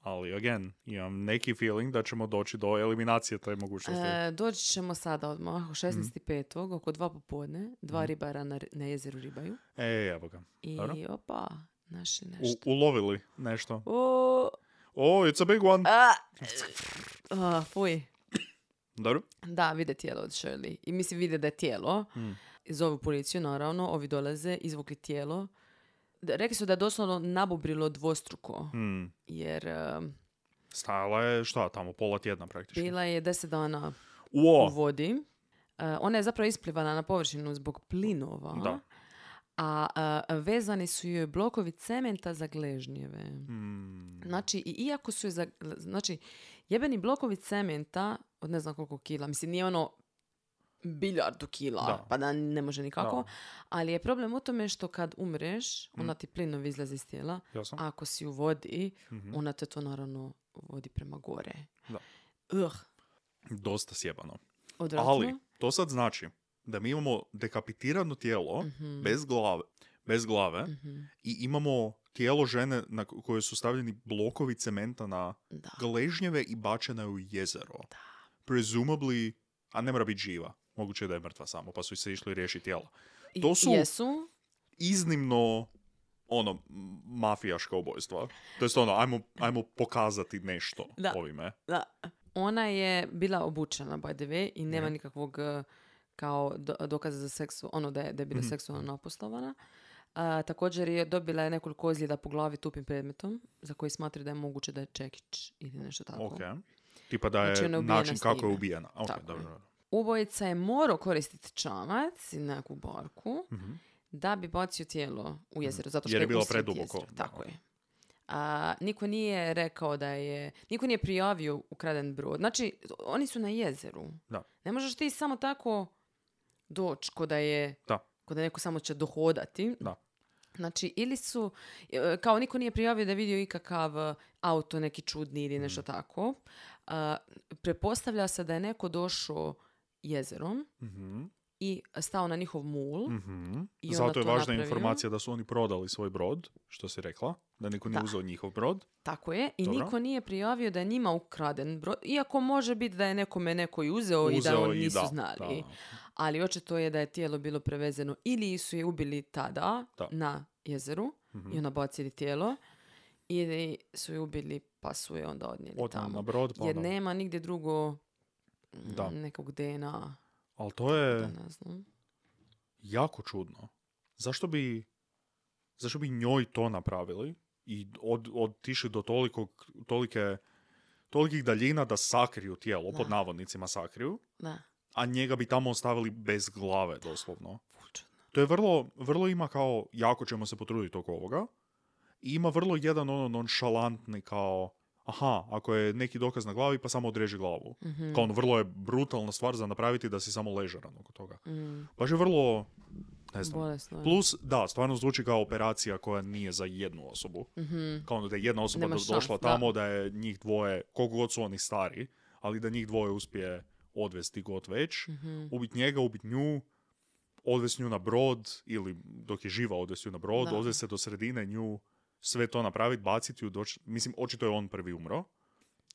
S4: Ali, again, imam neki feeling da ćemo doći do eliminacije te mogućnosti.
S5: E, doći ćemo sada odmah, 16.5. oko dva popodne, dva
S4: Mhm.
S5: ribara na, na jezeru ribaju.
S4: E, evo ga.
S5: I
S4: Dobro.
S5: opa, naši
S4: U-
S5: nešto.
S4: ulovili nešto.
S5: O,
S4: Oh, it's a big one.
S5: a, e, a, fuj.
S4: Dobro.
S5: Da, vide tijelo od Shirley. I mislim, vide da je tijelo.
S4: Mm.
S5: Zovu policiju, naravno. Ovi dolaze, izvukli tijelo. Da, Rekli su da je doslovno nabubrilo dvostruko.
S4: Hmm.
S5: Jer e,
S4: Stajala je šta tamo, pola tjedna praktički.
S5: bila je deset dana u
S4: Uo,
S5: vodi. E, ona je zapravo isplivana na površinu zbog plinova.
S4: Da.
S5: A e, vezani su joj blokovi cementa za gležnjeve.
S4: Hmm.
S5: Znači, i iako su joj za, znači, jebeni blokovi cementa od ne znam koliko kila, mislim, nije ono biljardu kila,
S4: Da.
S5: pa da ne može nikako,
S4: Da. Mm.
S5: ali je problem u tome što kad umreš, onda ti plinovi izlaze iz tijela,
S4: Jasno?
S5: a ako si u vodi,
S4: Mhm.
S5: onda te to naravno vodi prema gore.
S4: Da.
S5: Ugh,
S4: Dosta sjebano.
S5: odvratno.
S4: Ali, to sad znači da mi imamo dekapitirano tijelo
S5: Mhm,
S4: bez glave, bez glave
S5: mhm.
S4: i imamo tijelo žene na ko- koje su stavljeni blokovi cementa na
S5: Da.
S4: gležnjeve i bačena je u jezero. Presumably, a ne mora biti živa. Moguće je da je mrtva samo, pa su se išli riješiti tijelo.
S5: I-
S4: To su-
S5: Jesu.
S4: iznimno ono, m- mafijaška ubojstva. To jest ono, ajmo, ajmo pokazati nešto
S5: Da.
S4: ovime.
S5: Da. Ona je bila obučena, by the way, i nema
S4: Mhm.
S5: nikakvog eh, kao do- dokaza za seksu, ono da je, da je bila
S4: Mhm.
S5: seksualno naposlovana. A, također je dobila je nekoliko ozljeda po glavi tupim predmetom, za koji smatra da je moguće da je čekić ili nešto tako.
S4: Ok. Tipa da je
S5: Znači, ona je ubijena
S4: način
S5: s
S4: kako je
S5: time.
S4: ubijena. Ok,
S5: Tako je.
S4: dobro. dobro.
S5: Ubojica je morao koristiti čamac i neku barku
S4: Mhm.
S5: da bi bacio tijelo u jezero, zato što
S4: Jer je
S5: je,
S4: bilo
S5: usred
S4: preduboko,
S5: jezera.
S4: da.
S5: Tako je. A, niko nije rekao da je, niko nije prijavio ukraden brod. Znači, oni su na jezeru.
S4: Da.
S5: Ne možeš ti samo tako doći ko da je,
S4: Da.
S5: ko da neko samo će dohodati.
S4: Da.
S5: Znači, ili su, e, kao niko nije prijavio da je vidio ikakav e, auto neki čudni
S4: Mhm.
S5: ili nešto tako. A, prepostavlja se da je neko došao jezerom
S4: Mhm,
S5: i stao na njihov mul.
S4: mhm.
S5: I onda
S4: Zato je
S5: to
S4: važna
S5: napravio.
S4: informacija da su oni prodali svoj brod, što si rekla, da niko nije
S5: Da.
S4: uzeo njihov brod.
S5: Tako je, i
S4: Dobro.
S5: niko nije prijavio da je njima ukraden brod, iako može biti da je nekome neko i uzeo, i da
S4: uzeo
S5: oni nisu
S4: da,
S5: znali.
S4: da.
S5: Ali očito je da je tijelo bilo prevezeno ili su je ubili tada
S4: Da.
S5: na jezeru
S4: Mhm.
S5: i onda bacili tijelo ili su je ubili pa su je onda odnijeli
S4: Odmah na
S5: tamo.
S4: brod, pa
S5: Jer
S4: ono.
S5: nema nigdje drugo mm,
S4: Da. E.
S5: nekog DNA.
S4: Ali to je...
S5: Da ne znam.
S4: jako čudno. Zašto bi, zašto bi njoj to napravili i od, otišli do tolikog, tolike, tolikih daljina da sakriju tijelo, pod
S5: Da.
S4: navodnicima sakriju,
S5: Da,
S4: a njega bi tamo ostavili bez glave doslovno.
S5: ful čudno.
S4: To je vrlo, vrlo ima kao, jako ćemo se potruditi oko ovoga, i ima vrlo jedan ono nonšalantni kao, aha, ako je neki dokaz na glavi, pa samo odreži glavu.
S5: Mhm.
S4: Kao ono, vrlo je brutalna stvar za napraviti da si samo ležaran oko toga.
S5: Mm,
S4: Baš je vrlo, ne znam,
S5: bolesno je.
S4: Plus, da, stvarno zvuči kao operacija koja nije za jednu osobu.
S5: Mhm.
S4: Kao ono da je jedna osoba
S5: Nema
S4: do- došla
S5: šans, da.
S4: tamo, da. je njih dvoje, koliko god su oni stari, ali da njih dvoje uspije odvesti god već,
S5: Mhm.
S4: ubit njega, ubit nju, odvesti nju na brod, ili dok je živa odvesti ju na brod,
S5: Da.
S4: odvesti se do sredine nju, sve to napraviti, baciti ju, doći, mislim, očito je on prvi umro.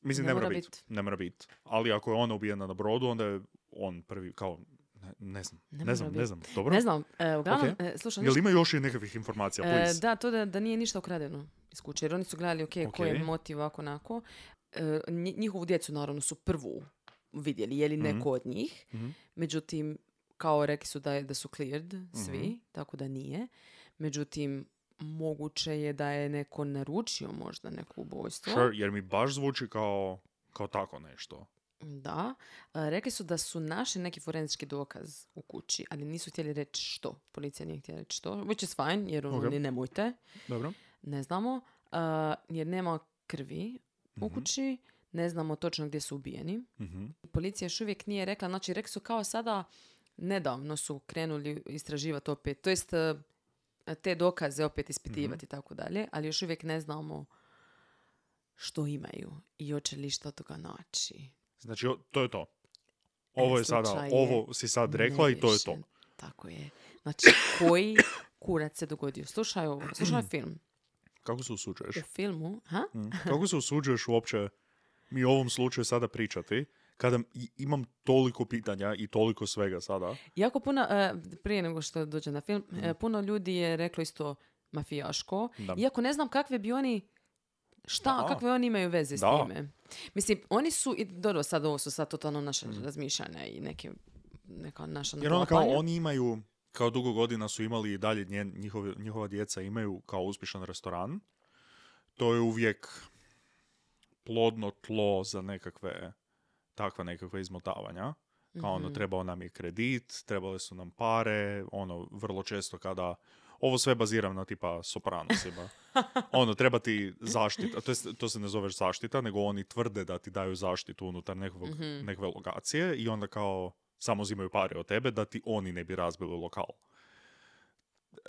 S4: Mislim, ne, mora biti,
S5: bit.
S4: ne mora biti. Ali ako je ona ubijena na brodu, onda je on prvi, kao, ne, ne znam,
S5: Ne
S4: ne,
S5: mora
S4: znam, ne
S5: bit.
S4: znam, dobro?
S5: Ne znam, e, uglavnom,
S4: Ok.
S5: e, slušaj,
S4: Jel ima još i nekakvih informacija,
S5: E,
S4: please?
S5: da, to da, da nije ništa ukradeno iz kuće, jer oni su gledali, ok, koji je
S4: Ok.
S5: motiv, ovako, onako. E, nji- njihovu djecu, naravno, su prvu vidjeli, je li neko
S4: Mhm.
S5: od njih.
S4: Mhm.
S5: Međutim, kao rekli su da, je- da su cleared svi,
S4: Mhm.
S5: tako da nije. Međutim, moguće je da je neko naručio možda neko ubojstvo.
S4: Sure, jer mi baš zvuči kao, kao tako nešto.
S5: Da. E, rekli su da su našli neki forenzički dokaz u kući, ali nisu htjeli reći što. Policija nije htjela reći što. Which is fine, jer ono,
S4: Ok.
S5: ni nemojte.
S4: Dobro.
S5: ne znamo. eh, jer nema krvi u
S4: Mhm.
S5: kući, ne znamo točno gdje su ubijeni.
S4: Mhm.
S5: Policija još uvijek nije rekla, znači rekli su kao sada, nedavno su krenuli istraživati opet, to jest eh, te dokaze opet ispitivati i
S4: Mhm.
S5: tako dalje, ali još uvijek ne znamo što imaju i hoće li što toga naći.
S4: Znači, o- to je to. Ovo je sada,
S5: E, slučaj je
S4: ovo si sad rekla i to je to.
S5: Neriješen. Tako je. Znači, koji kurac se dogodio? Slušaj ovo, slušaj film.
S4: Kako se usuđuješ?
S5: U filmu, ha?
S4: Mm. Kako se usuđuješ uopće mi u ovom slučaju sada pričati, kada i- imam toliko pitanja i toliko svega sada?
S5: Jako puno, e, prije nego što dođe na film, e, puno ljudi je reklo isto mafijaško.
S4: Mm. Da.
S5: Iako ne znam kakve bi oni, šta,
S4: Da.
S5: kakve oni imaju veze s
S4: Da.
S5: time. Mislim, oni su, i dobro, sad ovo su sad totalno naše razmišljanja i neke, neka naša
S4: Mm. Jer ono kao
S5: naklapanja.
S4: oni imaju, kao dugo godina su imali i dalje njen, njihove- njihova djeca imaju kao uspješan restoran. To je uvijek plodno tlo za nekakve, takva nekakve izmotavanja. Kao
S5: Mhm.
S4: ono, trebao nam je kredit, trebale su nam pare, ono, vrlo često kada, ovo sve baziram na tipa sopranosima. ono, treba ti zaštita, to, jest, to se ne zoveš zaštita, nego oni tvrde da ti daju zaštitu unutar nekog,
S5: Mhm.
S4: nekakve lokacije i onda kao samo uzimaju pare od tebe da ti oni ne bi razbili lokal.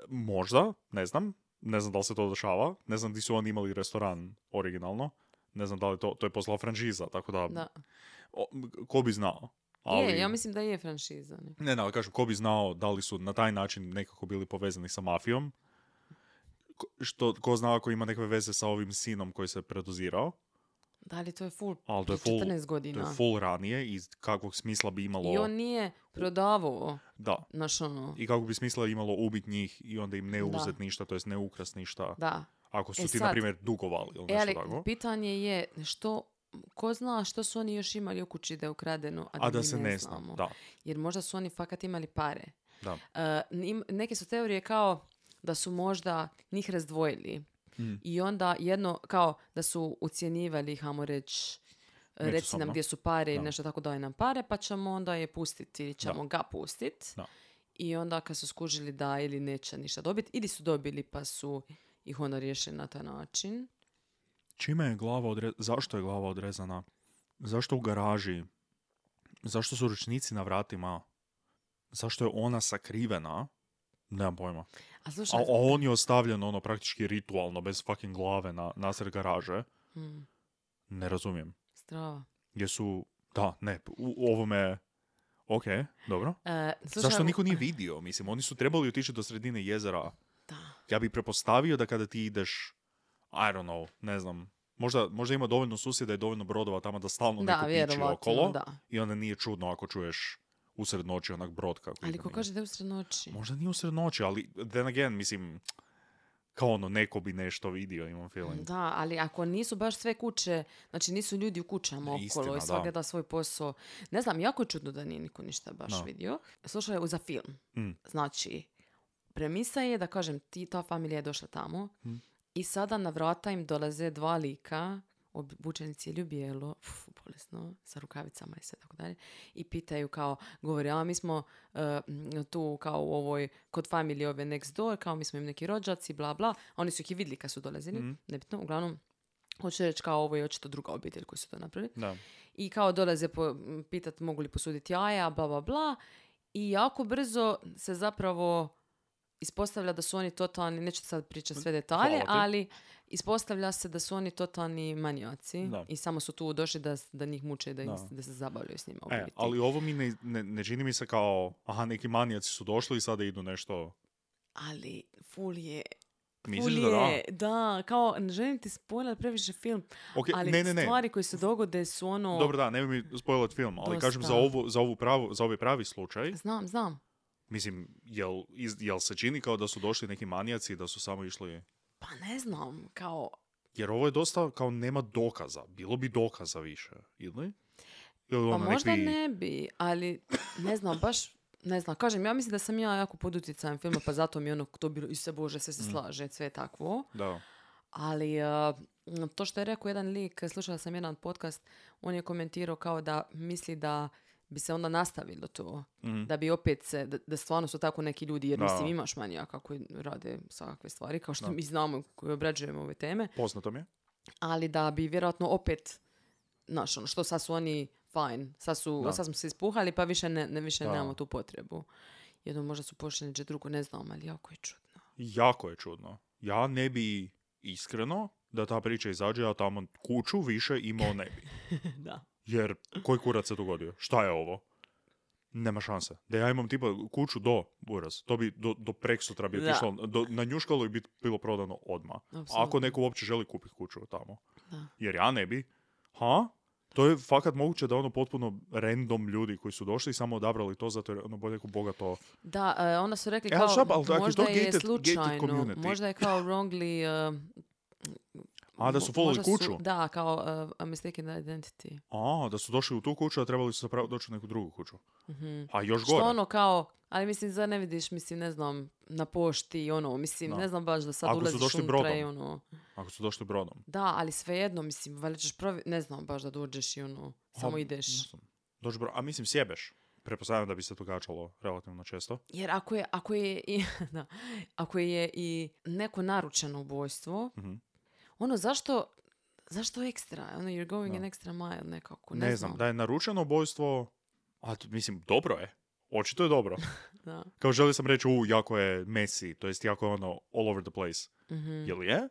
S4: Možda, ne znam, ne znam da li se to dešava, ne znam di su oni imali restoran originalno, ne znam da li to, to je poslala franšiza, tako da,
S5: Da.
S4: o, ko bi znao.
S5: Je, ja mislim da je franšiza. ne.
S4: Ne, da, ali kažem, ko bi znao da li su na taj način nekako bili povezani sa mafijom? Ko- Što, ko zna ako ima nekakve veze sa ovim sinom koji se predozirao?
S5: Da li to je full,
S4: Ali to je
S5: prije
S4: full,
S5: 14
S4: to
S5: godina.
S4: je full ranije i kakvog smisla bi imalo...
S5: I on nije prodavao,
S4: Da.
S5: znaš ono,
S4: I kako bi smisla imalo ubit njih i onda im ne
S5: Da.
S4: uzet ništa, to jest ne ukras ništa.
S5: da.
S4: Ako su
S5: E
S4: ti,
S5: sad-
S4: na primjer, dugovali ili
S5: E,
S4: nešto
S5: ali
S4: tako.
S5: pitanje je što, ko zna što su oni još imali u kući da je ukradeno, a da,
S4: A da
S5: mi
S4: se
S5: ne
S4: ne zna.
S5: znamo.
S4: Da,
S5: Jer možda su oni fakat imali pare.
S4: da.
S5: E, im- neke su teorije kao da su možda njih razdvojili
S4: Mm.
S5: i onda jedno kao da su ucjenjivali, hamo reći, e, reci nam
S4: Međusobno.
S5: gdje su pare ili
S4: Da.
S5: nešto tako daj nam pare, pa ćemo onda je pustiti ili ćemo ga pustiti.
S4: Da.
S5: I onda kad su skužili da ili neće ništa dobiti, ili su dobili pa su ih onda riješili na taj način.
S4: Čime je glava odre... Zašto je glava odrezana? Zašto u garaži? Zašto su ručnici na vratima? Zašto je ona sakrivena? Nemam pojma.
S5: A
S4: A,
S5: slušaj,
S4: a on je ostavljen ono praktički ritualno, bez fucking glave na nasred garaže.
S5: mm,
S4: Ne razumijem.
S5: strava.
S4: Jesu... Da, ne, u u ovome... Ok, dobro.
S5: E, slušaj,
S4: Zašto niko nije vidio? Mislim, oni su trebali otići do sredine jezera.
S5: Da.
S4: Ja bih prepostavio da kada ti ideš, I don't know, ne znam, možda, možda ima dovoljno susjeda i dovoljno brodova tamo da stalno
S5: Da,
S4: neko piči
S5: vjerovatno,
S4: okolo.
S5: da.
S4: I onda nije čudno ako čuješ usred noći onak brod kako
S5: Ali
S4: ide
S5: ko
S4: negdje.
S5: kaže da je usred noći?
S4: Možda nije usred noći, ali then again, mislim, kao ono, neko bi nešto vidio, imam feeling.
S5: Da, ali ako nisu baš sve kuće, znači nisu ljudi u kućama
S4: Ne,
S5: okolo
S4: istina,
S5: i
S4: da.
S5: svak da svoj posao. Ne znam, jako je čudno da nije niko ništa baš
S4: Da.
S5: vidio. Slušaj, u- za film.
S4: Mm.
S5: Znači, premisa je da kažem, ti, ta familija je došla tamo
S4: Mm.
S5: i sada na vrata im dolaze dva lika, obučeni cijelo bijelo, uf, bolesno, sa rukavicama i sve tako dalje, i pitaju kao, govore, a mi smo e, m, tu kao u ovoj, kod familije ove next door, kao mi smo im neki rođaci, bla bla, a oni su ih i vidjeli kad su dolazili,
S4: Mhm.
S5: nebitno, uglavnom, hoću reći kao ovo je očito druga obitelj koji su to napravili,
S4: Da.
S5: i kao dolaze po, m, pitat mogu li posuditi jaja, bla bla bla, i jako brzo se zapravo ispostavlja da su oni totalni, neću sad pričati sve detalje,
S4: Hvala ti.
S5: ali ispostavlja se da su oni totalni manijaci
S4: Da.
S5: i samo su tu došli da, da njih muče, da, im-
S4: Da.
S5: da se zabavljaju s njima. u
S4: E,
S5: biti.
S4: ali ovo mi ne, ne, ne čini mi se kao, aha, neki manijaci su došli i sada idu nešto...
S5: ali ful je...
S4: Misliš
S5: ful
S4: da da?
S5: je, da, kao, ne želim ti spoiler previše film,
S4: Ok,
S5: ali
S4: ne, ne, ne.
S5: stvari koje se dogode su ono...
S4: Dobro, da, ne bi mi spojlat film, ali kažem za,
S5: Dosta.
S4: ovu, za, ovu pravu, za ovaj pravi slučaj,
S5: Znam, znam.
S4: mislim, jel, iz- jel se čini kao da su došli neki manijaci i da su samo išli...
S5: Pa ne znam, kao...
S4: Jer ovo je dosta, kao nema dokaza, bilo bi dokaza više, ili? Ili
S5: Pa
S4: ono, nek
S5: možda
S4: bi-
S5: ne bi, ali ne znam, baš... Ne znam, kažem, ja mislim da sam ja jako pod utjecajem filma, pa zato mi je ono to bilo, se bože, sve
S4: Mm.
S5: se slaže, sve je takvo.
S4: Da.
S5: Ali eh, to što je rekao jedan lik, slušala sam jedan podcast, on je komentirao kao da misli da bi se onda nastavilo to.
S4: Mhm.
S5: Da bi opet se, da, da stvarno su tako neki ljudi, jer
S4: Da.
S5: mislim imaš manijaka koji rade svakakve stvari, kao što
S4: Da.
S5: mi znamo koji obrađujemo ove teme,
S4: Poznato mi je.
S5: ali da bi vjerojatno opet, znaš, ono, što sad su oni fajn, sad, su,
S4: Da.
S5: sad smo se ispuhali pa više, ne, ne- više
S4: Da.
S5: nemamo tu potrebu. Jedno možda su pošljeđe, drugo ne znam, ali jako je čudno.
S4: Jako je čudno. Ja ne bi iskreno da ta priča izađe, ja tamo kuću više imao ne bi.
S5: da.
S4: Jer koji kurac se dogodio? Šta je ovo? Nema šanse. Da ja imam tipa kuću do buraz. To bi do, do prek sutra bi
S5: Da.
S4: otišlo, do, na njuškalu i bi bilo prodano odmah.
S5: Apsolutno.
S4: Ako neko uopće želi kupiti kuću tamo.
S5: Da.
S4: Jer ja ne bi. Ha? To je fakat moguće da ono potpuno random ljudi koji su došli i samo odabrali to zato jer ono bolje ko boga to.
S5: Da, e, onda su rekli
S4: E, ali
S5: kao,
S4: šta, ali ako je
S5: možda
S4: to
S5: je
S4: gated- gated
S5: slučajno,
S4: community?
S5: možda je kao wrongly... e,
S4: A, da su
S5: mo-
S4: follow
S5: možda su-
S4: kuću?
S5: Da, kao e, a mistaken identity.
S4: A, da su došli u tu kuću, a trebali su zapravo doći u neku drugu kuću.
S5: Mhm.
S4: A još
S5: Što
S4: gore.
S5: ono kao, ali mislim, zar ne vidiš, mislim, ne znam, na pošti, ono, mislim,
S4: Da.
S5: ne znam baš da sad
S4: Ako su
S5: ulaziš
S4: došli
S5: unutra i
S4: brodom.
S5: ono...
S4: Ako su došli brodom.
S5: Da, ali svejedno, mislim, valjda ćeš provi... Ne znam baš da dođeš i ono, samo
S4: A, ne
S5: ideš.
S4: znam. Doći bro- a mislim sjebeš. Prepostavljam da bi se događalo relativno često.
S5: Jer ako je, ako je, i, da, ako je i neko naručeno ubojstvo,
S4: Mhm.
S5: ono, zašto, zašto ekstra? Ono, you're going
S4: Da.
S5: an extra mile nekako.
S4: Ne,
S5: Ne, ono.
S4: znam, da je naručeno ubojstvo, a t- mislim, dobro je. Očito je dobro.
S5: Da.
S4: Kao želio sam reći, u, jako je messy, to jest jako je ono all over the place.
S5: Mhm,
S4: Je li je?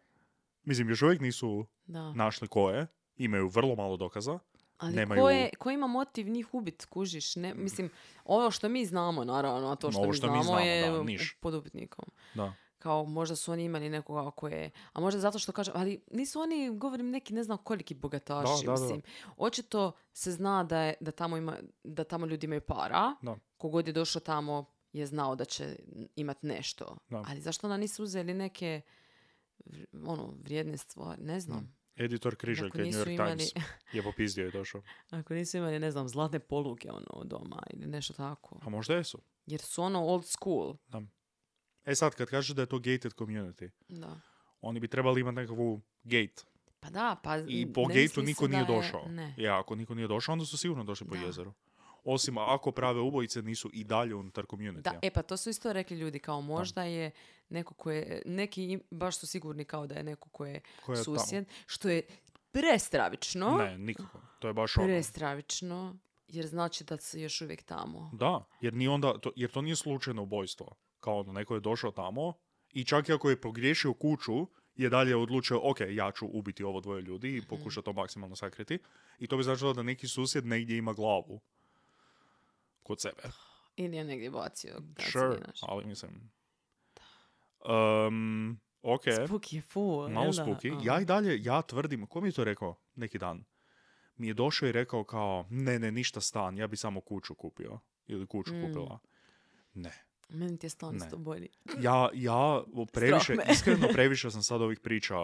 S4: Mislim, još uvijek nisu
S5: da.
S4: našli ko je, imaju vrlo malo dokaza.
S5: Ali
S4: nemaju- Mm.
S5: ko, je, ko ima motiv njih ubit, kužiš? Ne, mislim, ovo što mi znamo, naravno, a to što,
S4: Ovo
S5: mi,
S4: što mi
S5: znamo
S4: znamo,
S5: je
S4: da, niš.
S5: pod upitnikom.
S4: Da.
S5: kao možda su oni imali nekoga ko je, a možda zato što kažem, ali nisu oni, govorim, neki ne znam koliki bogataši,
S4: Da, da, da.
S5: mislim. Očito se zna da, je, da, tamo ima, da tamo ljudi imaju para,
S4: Da.
S5: kogod je došao tamo je znao da će imat nešto.
S4: Da.
S5: Ali zašto onda nisu uzeli neke vr- ono, vrijedne stvari, ne znam.
S4: Editor
S5: Ako
S4: križaljke New
S5: nisu
S4: York
S5: imali,
S4: Times je popizdio i došao.
S5: ako nisu imali, ne znam, zlatne poluge ono doma ili nešto tako.
S4: A možda jesu.
S5: Jer su ono old school.
S4: E sad, kad kažeš da je to gated community,
S5: Da.
S4: oni bi trebali imati nekakvu gate.
S5: Pa da, pa...
S4: I
S5: n-
S4: po
S5: ne
S4: gateu
S5: mislim
S4: niko
S5: se
S4: nije
S5: da je-
S4: došao.
S5: Ne.
S4: Ja, ako niko nije došao, onda su sigurno došli po
S5: Da.
S4: jezeru. Osim ako prave ubojice nisu i dalje unutar community.
S5: Da, e pa to su isto rekli ljudi, kao možda je neko ko je, neki im- baš su sigurni kao da je neko ko je, susjed, što je prestravično,
S4: Ne, nikako. To je baš ono.
S5: prestravično, jer znači da su još uvijek tamo.
S4: Da, jer, ni onda, to, jer to nije slučajno ubojstvo. Kao ono, neko je došao tamo i čak i ako je pogriješio kuću, je dalje odlučio, ok, ja ću ubiti ovo dvoje ljudi
S5: Mhm.
S4: i pokušati to maksimalno sakriti. I to bi značilo da neki susjed negdje ima glavu kod sebe.
S5: Ili je negdje bacio. kad se
S4: Sure,
S5: nije našao.
S4: ali mislim... Um, ok,
S5: Spooky je full, jel
S4: malo
S5: da?
S4: spuki.
S5: A.
S4: Ja i dalje, ja tvrdim, ko mi je to rekao neki dan? Mi je došao i rekao kao, ne, ne, ništa stan, ja bi samo kuću kupio. Ili kuću
S5: Mm.
S4: kupila. Ne,
S5: Meni ti je stan
S4: Ne.
S5: isto bolji.
S4: ja, ja previše,
S5: me.
S4: iskreno previše sam sad ovih priča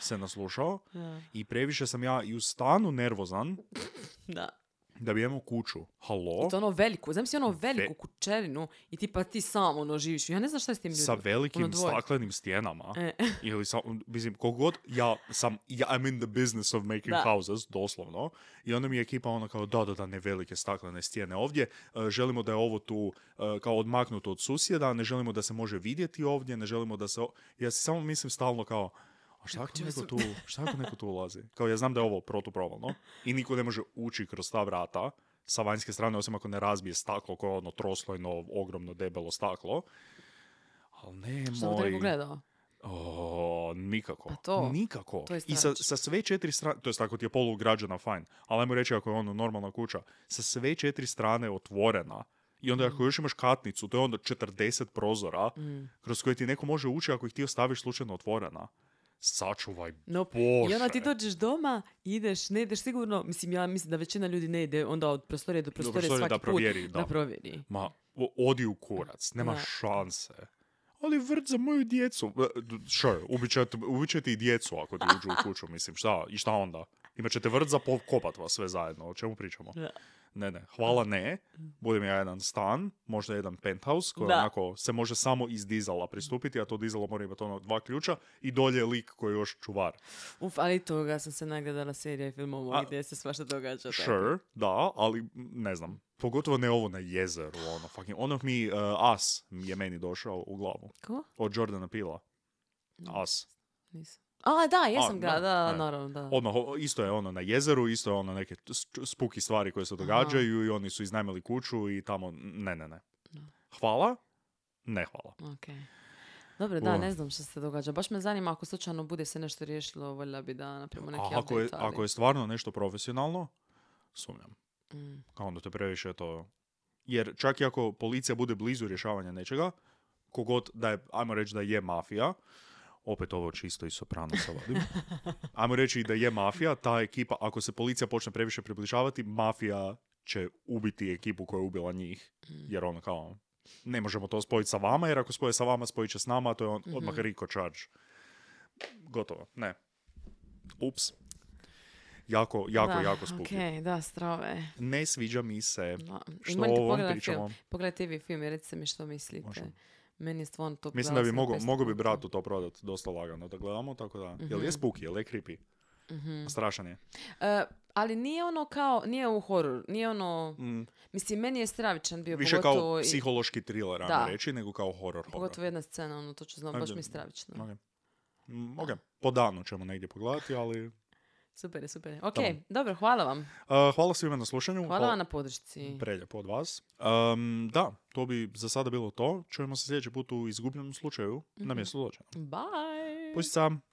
S4: se naslušao
S5: Da.
S4: i previše sam ja i u stanu nervozan
S5: da.
S4: da bi imao kuću. Halo?
S5: I to ono veliko, znam si ono veliku kućerinu i ti pa ti sam ono živiš. Ja ne znam šta je s tim ljudima.
S4: Sa velikim
S5: ono dvoje.
S4: staklenim stijenama.
S5: E.
S4: Ili sa, mislim, koliko god, ja sam, ja I'm in the business of making
S5: Da.
S4: houses, doslovno. I onda mi je ekipa ono kao, da, da, da, ne velike staklene stijene ovdje. e, želimo da je ovo tu e, kao odmaknuto od susjeda, ne želimo da se može vidjeti ovdje, ne želimo da se... o- Ja si samo mislim stalno kao, a šta ako
S5: ćemo
S4: neko
S5: se-
S4: tu, šta ako neko tu ulazi? Kao ja znam da je ovo protuprovalno i niko ne može ući kroz ta vrata sa vanjske strane, osim ako ne razbije staklo koje je ono troslojno, ogromno, debelo staklo. Ali ne,
S5: Šta bi te neko
S4: moj...
S5: gledao?
S4: O, nikako.
S5: Pa to,
S4: nikako.
S5: to je
S4: I sa,
S5: strašno.
S4: sa sve četiri strane, to je ako ti je polugrađena, fajn, ali ajmo reći ako je ono normalna kuća, sa sve četiri strane otvorena i
S5: Mm.
S4: onda ako još imaš katnicu, to je onda 40 prozora kroz koje ti neko može ući ako ih ti ostaviš slučajno otvorena. Sačuvaj.
S5: Nope. I onda
S4: Bože.
S5: ti dođeš doma, ideš, ne ideš sigurno, mislim ja mislim da većina ljudi ne ide onda od prostorije do prostorije
S4: prostorije
S5: svaki
S4: da provjeri,
S5: put
S4: da.
S5: provjeri.
S4: Ma, o- odi u kurac, nema
S5: Da.
S4: šanse. Ali vrt za moju djecu. E, d- Sure, ubit će t- ubit će ti i djecu ako ti uđu u kuću, mislim, šta, i šta onda? Imaćete vrt za pokopat vas sve zajedno, o čemu pričamo? Ne, ne, hvala ne. Budem ja jedan stan, možda jedan penthouse koji
S5: Da.
S4: onako se može samo iz dizala pristupiti, a to dizalo mora imati ono dva ključa i dolje je lik koji je još čuvar.
S5: Uf, ali toga sam se nagledala serija i filmova
S4: A-
S5: gdje se svašta događa. tako.
S4: Sure, da, ali m, ne znam. Pogotovo ne ovo na jezeru, ono, fucking, ono mi, uh, As je meni došao u glavu.
S5: Ko?
S4: Od Jordana Pila.
S5: Ne.
S4: As.
S5: Nisam. A, da, jesam
S4: A,
S5: ga,
S4: da,
S5: da,
S4: ne.
S5: naravno, da.
S4: Odmah, o- isto je ono na jezeru, isto je ono neke t- s- spuki stvari koje se događaju i oni su iznajmili kuću i tamo, ne, ne, ne. Hvala, ne hvala.
S5: Okej. Dobro, da,
S4: Ua.
S5: ne znam što se događa. Baš me zanima ako slučajno bude se nešto riješilo, voljela bi da napravimo neki
S4: A ako je,
S5: update, ali-
S4: ako je stvarno nešto profesionalno, sumnjam.
S5: Mm.
S4: A onda to je previše to... Jer čak i ako policija bude blizu rješavanja nečega, kogod da je, ajmo reći da je mafija, opet ovo čisto i soprano sa vadim. Ajmo reći da je mafija, ta ekipa, ako se policija počne previše približavati, mafija će ubiti ekipu koja je ubila njih.
S5: Mm.
S4: Jer ono kao, ne možemo to spojiti sa vama, jer ako spoje sa vama, spojit će s nama, a to je
S5: Mhm.
S4: on, odmah Rico charge. Gotovo, ne. Ups. Jako, jako,
S5: Da,
S4: jako spooky.
S5: okej, da, strave.
S4: Ne sviđa mi se.
S5: Da.
S4: Što
S5: Imate
S4: o ovom
S5: pogledati
S4: pričamo?
S5: Film. Pogledajte i vi film i recite mi što mislite.
S4: Može.
S5: Meni je stvarno to
S4: Mislim da
S5: gledala
S4: bi
S5: sam
S4: mogao,
S5: 500
S4: mogao bi
S5: puta.
S4: bratu to prodat dosta lagano da gledamo, tako da.
S5: Mhm.
S4: Jel je spooky, jel je creepy? Strašan je.
S5: E, ali nije ono kao, nije u horor, nije ono, mislim, meni je stravičan bio
S4: Mm. Više
S5: pogotovo,
S4: kao
S5: i-
S4: psihološki thriller,
S5: Da.
S4: ajmo reći, nego kao horror. horror.
S5: pogotovo jedna scena, ono, to ću znam, baš
S4: Ajde.
S5: mi je stravično.
S4: Ok. Mm, ok. Po danu ćemo negdje pogledati, ali... Uh,
S5: Super je, super je. Ok, dobro, hvala vam.
S4: hvala svima na slušanju.
S5: Hvala vam na podršci.
S4: Preljepo od vas. Um, da, to bi za
S5: Mhm.
S4: sada bilo to. Čujemo se sljedeći put u izgubljenom slučaju na mjestu zločina.
S5: Bye!
S4: Pusti sam.